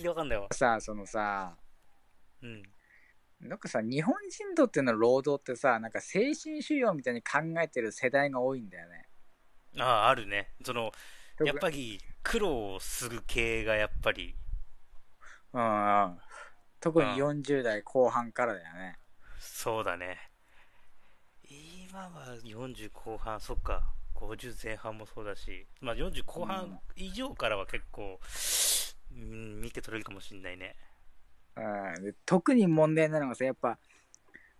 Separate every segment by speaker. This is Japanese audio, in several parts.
Speaker 1: きがわかんないわ。
Speaker 2: さ、そのさ、
Speaker 1: うん。
Speaker 2: なんかさ、日本人にとっての労働ってさ、なんか精神修養みたいに考えてる世代が多いんだよね。
Speaker 1: ああ、あるね。その、
Speaker 2: 特に
Speaker 1: やっぱり苦労する系がやっぱり、
Speaker 2: うんうん。特に
Speaker 1: うん
Speaker 2: 40代後半からだよね。
Speaker 1: そうだね。今は40後半、そっか。50前半もそうだし、まあ40後半以上からは結構、うん、見て取れるかもしんないね。
Speaker 2: うん、で特に問題なのがさ、やっぱ、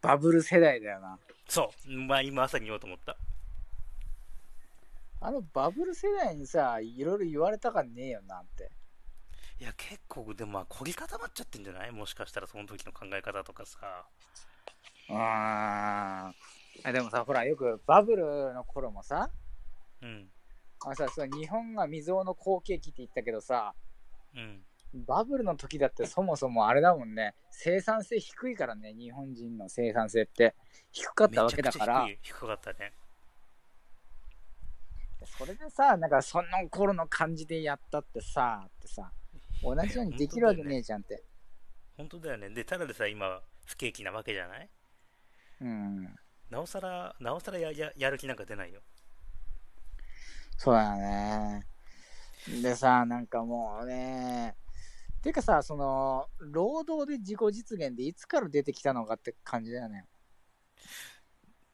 Speaker 2: バブル世代だよな。
Speaker 1: そう。まあ今朝に言おうと思った。
Speaker 2: あのバブル世代にさ、いろいろ言われたかねえよなって。
Speaker 1: いや、結構、でもまあ、凝り固まっちゃってんじゃないもしかしたらその時の考え方とかさ。
Speaker 2: うん。あでもさ、ほら、よくバブルの頃もさ、
Speaker 1: うん。
Speaker 2: あのさ、その日本が未曾有の好景気って言ったけどさ、
Speaker 1: うん。
Speaker 2: バブルの時だってそもそもあれだもんね、生産性低いからね、日本人の生産性って低かったわけだから
Speaker 1: めちゃ、くちゃ低い低かったね。
Speaker 2: それでさ、なんかその頃の感じでやったってさ、ってさ、同じようにできるわけねえじゃんって。
Speaker 1: 本当だよね。で、ただでさ、今、不景気なわけじゃない
Speaker 2: うん、
Speaker 1: なおさら、なおさらやややる気なんか出ないよ。
Speaker 2: そうだよね。でさ、なんかもうね、てかさ、その、労働で自己実現でいつから出てきたのかって感じだよね。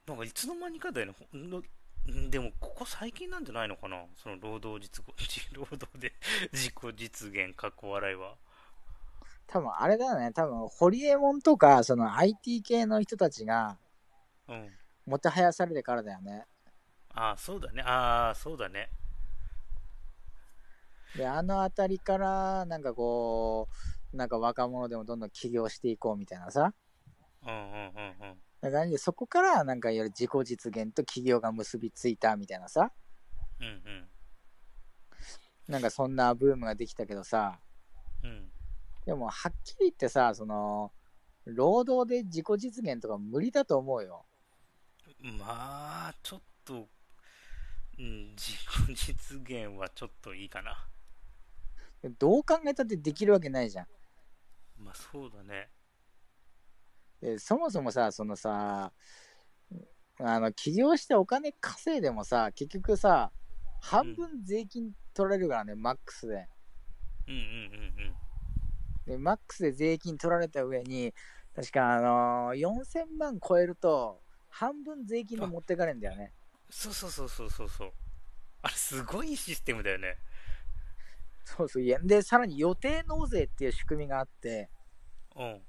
Speaker 1: なんかいつの間にかだよね。ほんのんでも、ここ最近なんじゃないのかなその労働実行、 労働で自己実現、かっこ笑いは。
Speaker 2: 多分あれだよね、多分ホリエモンとか、その IT 系の人たちが、
Speaker 1: うん。
Speaker 2: もてはやされてからだよね。
Speaker 1: ああ、そうだね。ああ、そうだね。
Speaker 2: であの辺りからなんかこうなんか若者でもどんどん起業していこうみたいなさ
Speaker 1: うんうんうんうん。
Speaker 2: な感じでそこからなんかいわゆる自己実現と起業が結びついたみたいなさ
Speaker 1: うんうん。
Speaker 2: なんかそんなブームができたけどさ
Speaker 1: うん。
Speaker 2: でもはっきり言ってさその労働で自己実現とか無理だと思うよ
Speaker 1: まあ、ちょっと、うん、自己実現はちょっといいかな。
Speaker 2: どう考えたってできるわけないじゃん
Speaker 1: まあ、そうだね。
Speaker 2: でそもそもさそのさあの起業してお金稼いでもさ結局さ半分税金取られるからね、マックスで
Speaker 1: うんうんうん
Speaker 2: で、マックスで税金取られた上に、確か、あのー4000万超えると、半分税金で持ってかれんだよね。
Speaker 1: そうそうそうそうそうそう。あれ、すごいシステムだよね。
Speaker 2: そうそう。いやで、さらに予定納税っていう仕組みがあって、
Speaker 1: うん。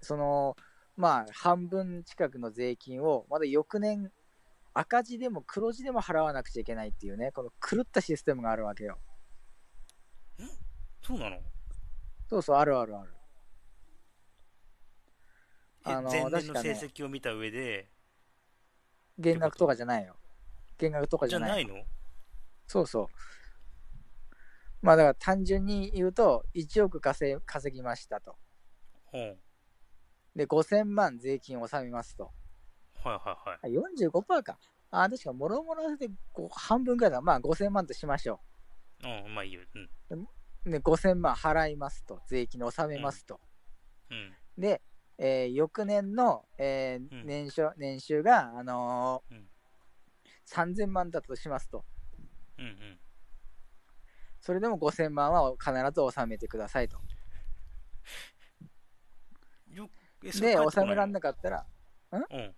Speaker 2: その、まあ、半分近くの税金を、まだ翌年、赤字でも黒字でも払わなくちゃいけないっていうね、この狂ったシステムがあるわけよ。
Speaker 1: そうなの
Speaker 2: そうそう、あるあるある。
Speaker 1: え
Speaker 2: あの
Speaker 1: 前年
Speaker 2: 確
Speaker 1: の
Speaker 2: か
Speaker 1: 成
Speaker 2: ね
Speaker 1: 績を見た上で、
Speaker 2: 減額とかじゃないよ。減額とか
Speaker 1: じ
Speaker 2: じ
Speaker 1: ゃ
Speaker 2: ゃない
Speaker 1: ないの
Speaker 2: そうそう。まあだから単純に言うと、1億稼い稼ぎましたと。
Speaker 1: うん。はい
Speaker 2: で、5000万税金を納めますと。
Speaker 1: はいはい
Speaker 2: あ。45%か。あ、確か、もろもろでこう半分ぐらいだ。まあ5000万としましょ
Speaker 1: うん、まあいいよ。うん。
Speaker 2: う。で、5000万払いますと。税金納めますと。
Speaker 1: うん。
Speaker 2: で、えー翌年の、えー
Speaker 1: うん
Speaker 2: 年収年収が、あのー
Speaker 1: うん
Speaker 2: 3000万だとしますと。
Speaker 1: うんうん。
Speaker 2: それでも5000万は必ず納めてくださいと。
Speaker 1: よえそれ
Speaker 2: で、
Speaker 1: 帰ってこな
Speaker 2: 納め
Speaker 1: い
Speaker 2: ら
Speaker 1: の
Speaker 2: んなかったら、
Speaker 1: うん。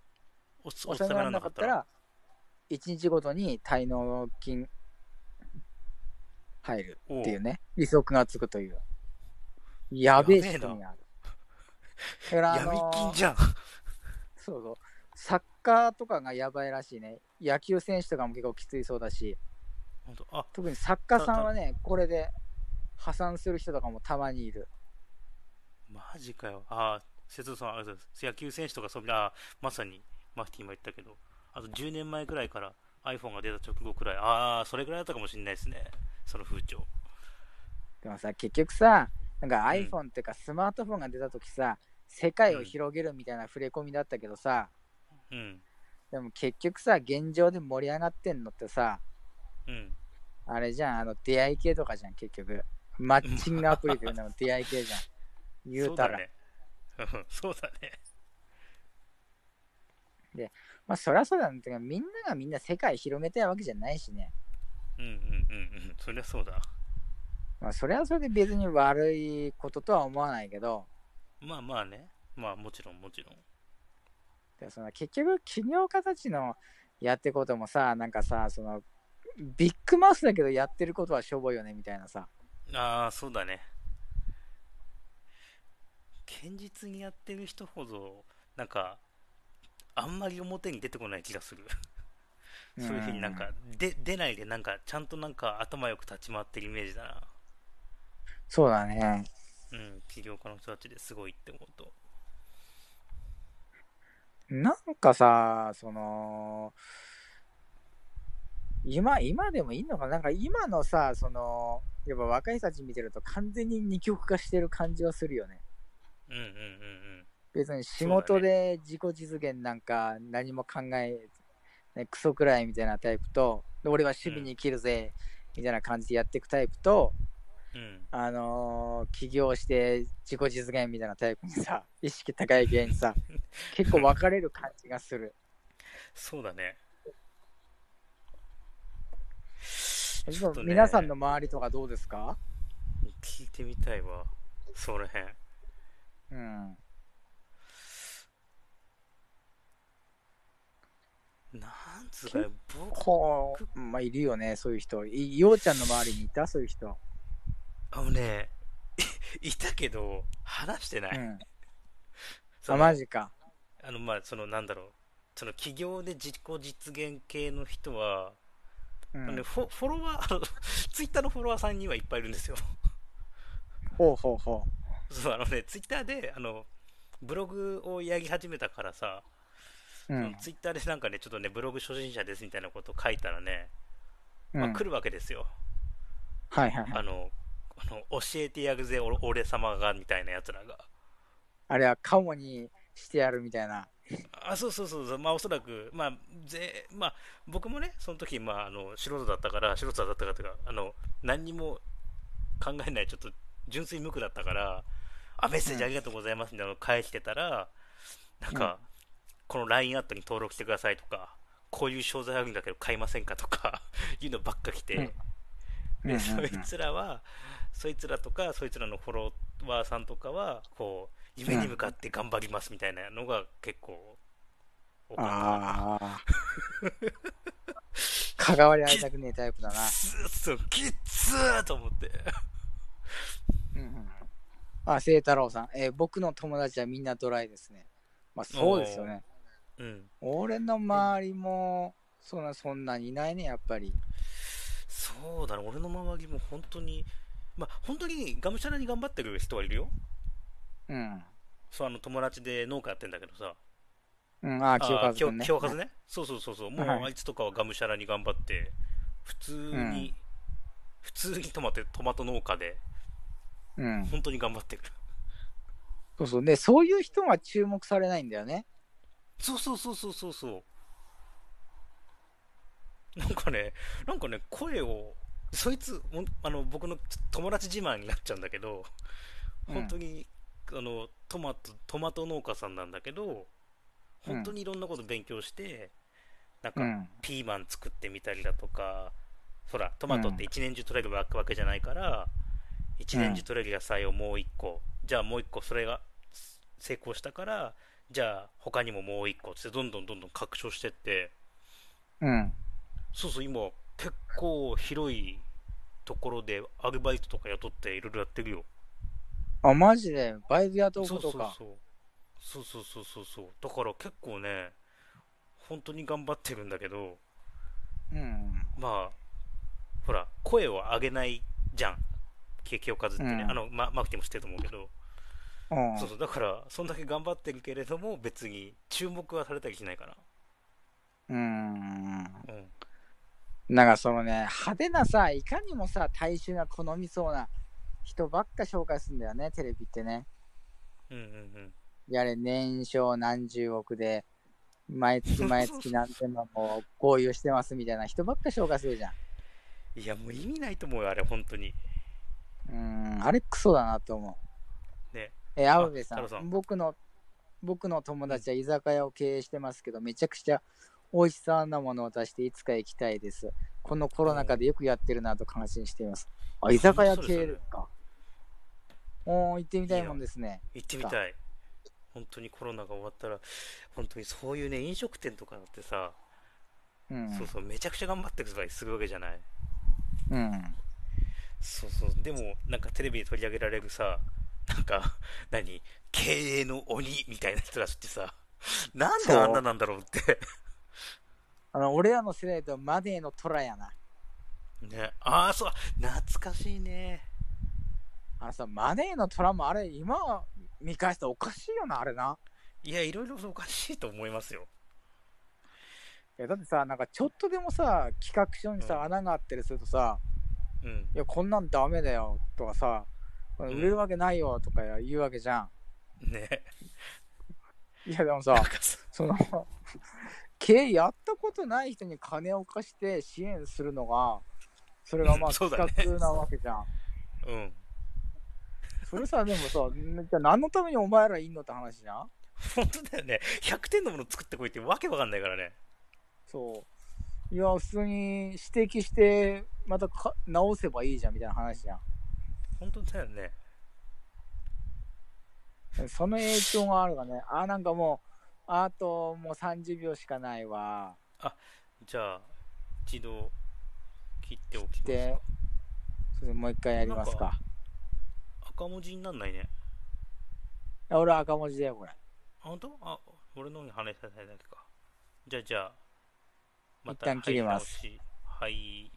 Speaker 1: おつ
Speaker 2: 納められなかった、ら、1日ごとに滞納金入る
Speaker 1: お
Speaker 2: っ
Speaker 1: う
Speaker 2: ていうね、利息がつくという、やべえ仕組みがある。だから、あ
Speaker 1: 闇
Speaker 2: の
Speaker 1: 金
Speaker 2: ー
Speaker 1: じゃん。
Speaker 2: そうそう、サッカーとかがやばいらしいね。野球選手とかも結構きついそうだし、
Speaker 1: 本当あ、
Speaker 2: 特に作家さんはね、これで破産する人とかもたまにいる。
Speaker 1: マジかよ。ああ、瀬戸さん、ありがとうございます。野球選手とか、そんな、あーまさに、マフティも言ったけど、あと10年前くらいから iPhone が出た直後くらい、ああ、それくらいだったかもしれないですね。その風潮。
Speaker 2: でもさ、結局さ、なんか
Speaker 1: うん
Speaker 2: iPhone っていうかスマートフォンが出た時さ、世界を広げるみたいな触れ込みだったけどさ、
Speaker 1: うん。
Speaker 2: でも結局さ、現状で盛り上がってんのってさ、
Speaker 1: うん。
Speaker 2: あれじゃん、あの出会い系とかじゃん、結局。マッチングアプリというのも出会い系じゃん。言うたら。
Speaker 1: そうだね。うん そうだね。
Speaker 2: まあ、そりゃそうだなんだけど、みんながみんな世界広めたいわけじゃないしね。
Speaker 1: うんうんうんうん。そりゃそうだ。
Speaker 2: まあ、それはそれで別に悪いこととは思わないけど、
Speaker 1: まあまあね。まあもちろんもちろん。
Speaker 2: でその結局、企業家たちのやってることもさ、なんかさ、その、ビッグマウスだけどやってることはしょぼいよねみたいなさ。
Speaker 1: ああ、そうだね。堅実にやってる人ほど、なんか、あんまり表に出てこない気がする。そういうふうになんか、で出ないで、なんか、ちゃんとなんか頭よく立ち回ってるイメージだな。
Speaker 2: そうだね。
Speaker 1: うん、起業家の人たちですごいって思うと。
Speaker 2: なんかさ、その、今、今でもいいのかななんか今のさ、その、やっぱ若い人たち見てると完全に二極化してる感じはするよね。
Speaker 1: うんうんうんうん。
Speaker 2: 別に仕
Speaker 1: そ
Speaker 2: 事
Speaker 1: うだ
Speaker 2: で自己実現なんか何も考え、ね、クソくらいみたいなタイプと、で俺は趣味に生きるぜ、みたいな感じでやっていくタイプと、
Speaker 1: うん、
Speaker 2: あのー起業して自己実現みたいなタイプにさ、意識高い芸にさ、結構分かれる感じがする。
Speaker 1: そうだね。
Speaker 2: ち
Speaker 1: ち
Speaker 2: ょ
Speaker 1: ょっ
Speaker 2: っと
Speaker 1: とね
Speaker 2: 皆さんの周りとかどうですか
Speaker 1: 聞いてみたいわ。それへん。
Speaker 2: うん。
Speaker 1: なんつうかね、僕、
Speaker 2: こう、まあ、いるよね、そういう人。いようちゃんの周りにいた、そういう人。
Speaker 1: あのね、 いいたけど、話してな
Speaker 2: う
Speaker 1: い。
Speaker 2: ん。
Speaker 1: そ
Speaker 2: あ、
Speaker 1: の
Speaker 2: マジか。
Speaker 1: あの、まあ、その、なんだろう。その、起業で自己実現系の人は、あ
Speaker 2: う
Speaker 1: のね
Speaker 2: ん。
Speaker 1: フォフォロワー、あの、ツイッター のフォロワーさんにはいっぱいいるんですよ。
Speaker 2: ほうほうほ
Speaker 1: そう、あのね、ツイッターで、あの、ブログをやり始めたからさ、
Speaker 2: う。うん。
Speaker 1: ツイッターでなんかね、ちょっとね、ブログ初心者ですみたいなことを書いたらね、
Speaker 2: う
Speaker 1: まあ
Speaker 2: ん、
Speaker 1: 来るわけですよ。
Speaker 2: はいはいは
Speaker 1: あ
Speaker 2: い。
Speaker 1: の、あの教えてやるぜ、お俺様が、みたいなやつらが。
Speaker 2: あれはカモにしてやるみたいな。
Speaker 1: あそうそうそうそう、まあ、おそらく、まあぜまあ、僕もね、その時、まあ、あの素人だったから、素人だったからというかあの、何にも考えない、ちょっと純粋無垢だったから、あメッセージありがとうございますみたいなのを返してたら、なんか、この LINE アットに登録してくださいとか、こういう商材あるんだけど買いませんかとか いうのばっか来て、
Speaker 2: うん
Speaker 1: で
Speaker 2: う ん
Speaker 1: そ
Speaker 2: うん
Speaker 1: いつらは、そいつらとか、そいつらのフォロワーさんとかは、こう、夢に向かって頑張りますみたいなのが結構多かった
Speaker 2: ああ。関わり合いたくねえタイプだな。
Speaker 1: きっつーきっつーと思って。
Speaker 2: うんうん、あ、清太郎さん、えー僕の友達はみんなドライですね。まあ、そうですよね。
Speaker 1: うん。
Speaker 2: 俺の周りも、そんな、そんなにいないね、やっぱり。
Speaker 1: そうだね、俺の周りも本当に、まあ、本当にがむしゃらに頑張ってる人はいるよ。
Speaker 2: うん。
Speaker 1: そう、あの、友達で農家やってんだけどさ。
Speaker 2: うん、あー、清和
Speaker 1: あ
Speaker 2: 君ね。
Speaker 1: 清和ね。そうそうそうそう。もう、
Speaker 2: はい
Speaker 1: あいつとかはがむしゃらに頑張って、普通に、
Speaker 2: うん
Speaker 1: 普通にトマトトマト農家で、
Speaker 2: うん。
Speaker 1: 本当に頑張ってる。
Speaker 2: そうそう。で、そういう人は注目されないんだよね。
Speaker 1: そうそうそうそうそうそう。なんかね、なんかね、声を、そいつ、ほんあの僕のちょ友達自慢になっちゃうんだけど、
Speaker 2: うん
Speaker 1: 本当に、あのトマトトマト農家さんなんだけど、本当にいろんなこと勉強して、なん
Speaker 2: う
Speaker 1: か、
Speaker 2: ん。
Speaker 1: ピーマン作ってみたりだとか、ほら、トマトって一年中取れるわわけじゃないから、一年中取れる野菜をもう一個、じゃあもう一個それがす成功したから、じゃあ他にももう一個つってどんどんどんどん拡張してって、
Speaker 2: うん。
Speaker 1: そうそう、今結構広いところでアルバイトとか雇っていろいろやってるよ。
Speaker 2: あ、マジで、バイト雇う
Speaker 1: そ
Speaker 2: こ
Speaker 1: うそ
Speaker 2: と
Speaker 1: う
Speaker 2: か。
Speaker 1: そう。そうそうそうそうそう。だから結構ね、本当に頑張ってるんだけど、
Speaker 2: うん。
Speaker 1: まあ、ほら、声を上げないじゃん。景気をかずってね。
Speaker 2: うん
Speaker 1: あの、ま、マークティも知ってると思うけど。
Speaker 2: うん
Speaker 1: そうそう、だから、そんだけ頑張ってるけれども、別に注目はされたりしないか
Speaker 2: うん。
Speaker 1: な。うん。
Speaker 2: なんかそのね、派手なさ、いかにもさ、大衆が好みそうな人ばっか紹介するんだよね、テレビってね。
Speaker 1: うんうん
Speaker 2: やれ、年商何十億で、毎月毎月何千万も合流してますみたいな人ばっか紹介するじゃん。
Speaker 1: うん。いや、もう意味ないと思うよ、あれ、本当に。
Speaker 2: うん、あれクソだなと思う。
Speaker 1: ね。
Speaker 2: えー、ア部さ
Speaker 1: 太
Speaker 2: ん
Speaker 1: 郎さん
Speaker 2: 僕の、僕の友達は居酒屋を経営してますけど、めちゃくちゃ美味しそうなものを出していつか行きたいです。このコロナ禍でよくやってるなと感心しています。あ、居酒屋経営ですか。おー、行ってみたいもんですね。
Speaker 1: 行ってみたい。本当にコロナが終わったら、本当にそういうね、飲食店とかだってさ、
Speaker 2: うん。
Speaker 1: そうそう、めちゃくちゃ頑張ってくばいするわけじゃない。
Speaker 2: うん。
Speaker 1: そうそう、でも、なんかテレビで取り上げられるさ、なんか、 何、経営の鬼みたいな人たちってさ、なんであんななんだろうって。
Speaker 2: あの、俺らの世代とマネーの虎やな。
Speaker 1: ね、ああ、そう、懐かしいね。
Speaker 2: あのさ、マネーの虎もあれ、今見返したらおかしいよな、あれな。
Speaker 1: いや、いろいろおかしいと思いますよ。
Speaker 2: いやだってさ、なんかちょっとでもさ、企画書に
Speaker 1: うん
Speaker 2: さ、穴があったりするとさ、
Speaker 1: うん。
Speaker 2: いや、こんなんダメだよとかさ、
Speaker 1: ん
Speaker 2: 売れるわけないよとか言うわけじゃ
Speaker 1: ね。
Speaker 2: ん。いや、でも
Speaker 1: な
Speaker 2: さ
Speaker 1: ん、かさ、
Speaker 2: その、 経営やったことない人に金を貸して支援するのが、それがま
Speaker 1: う
Speaker 2: あ
Speaker 1: ん そう
Speaker 2: 企
Speaker 1: だね
Speaker 2: 画なわけじゃん。
Speaker 1: うん。
Speaker 2: それさ、でもさ、 じゃあ何のためにお前らいんのって話じゃん
Speaker 1: 本当だよね。100点のもの作ってこいってわけわかんないからね。
Speaker 2: そう。いや、普通に指摘して、またか直せばいいじゃんみたいな話じゃん。
Speaker 1: 本当だよね。
Speaker 2: その影響があるがね、あーなんかもう、あともう30秒しかないわ。
Speaker 1: じゃあ、一度、切っておきます
Speaker 2: で
Speaker 1: か。、
Speaker 2: それでもう一回やります
Speaker 1: なん
Speaker 2: か。
Speaker 1: 赤文字になんないね。
Speaker 2: いや俺は赤文字だよ、これ。
Speaker 1: あ本当あ、俺の方に話したいだけか。じゃあ、じゃあ、
Speaker 2: 一旦切ります
Speaker 1: 入り直し。はい。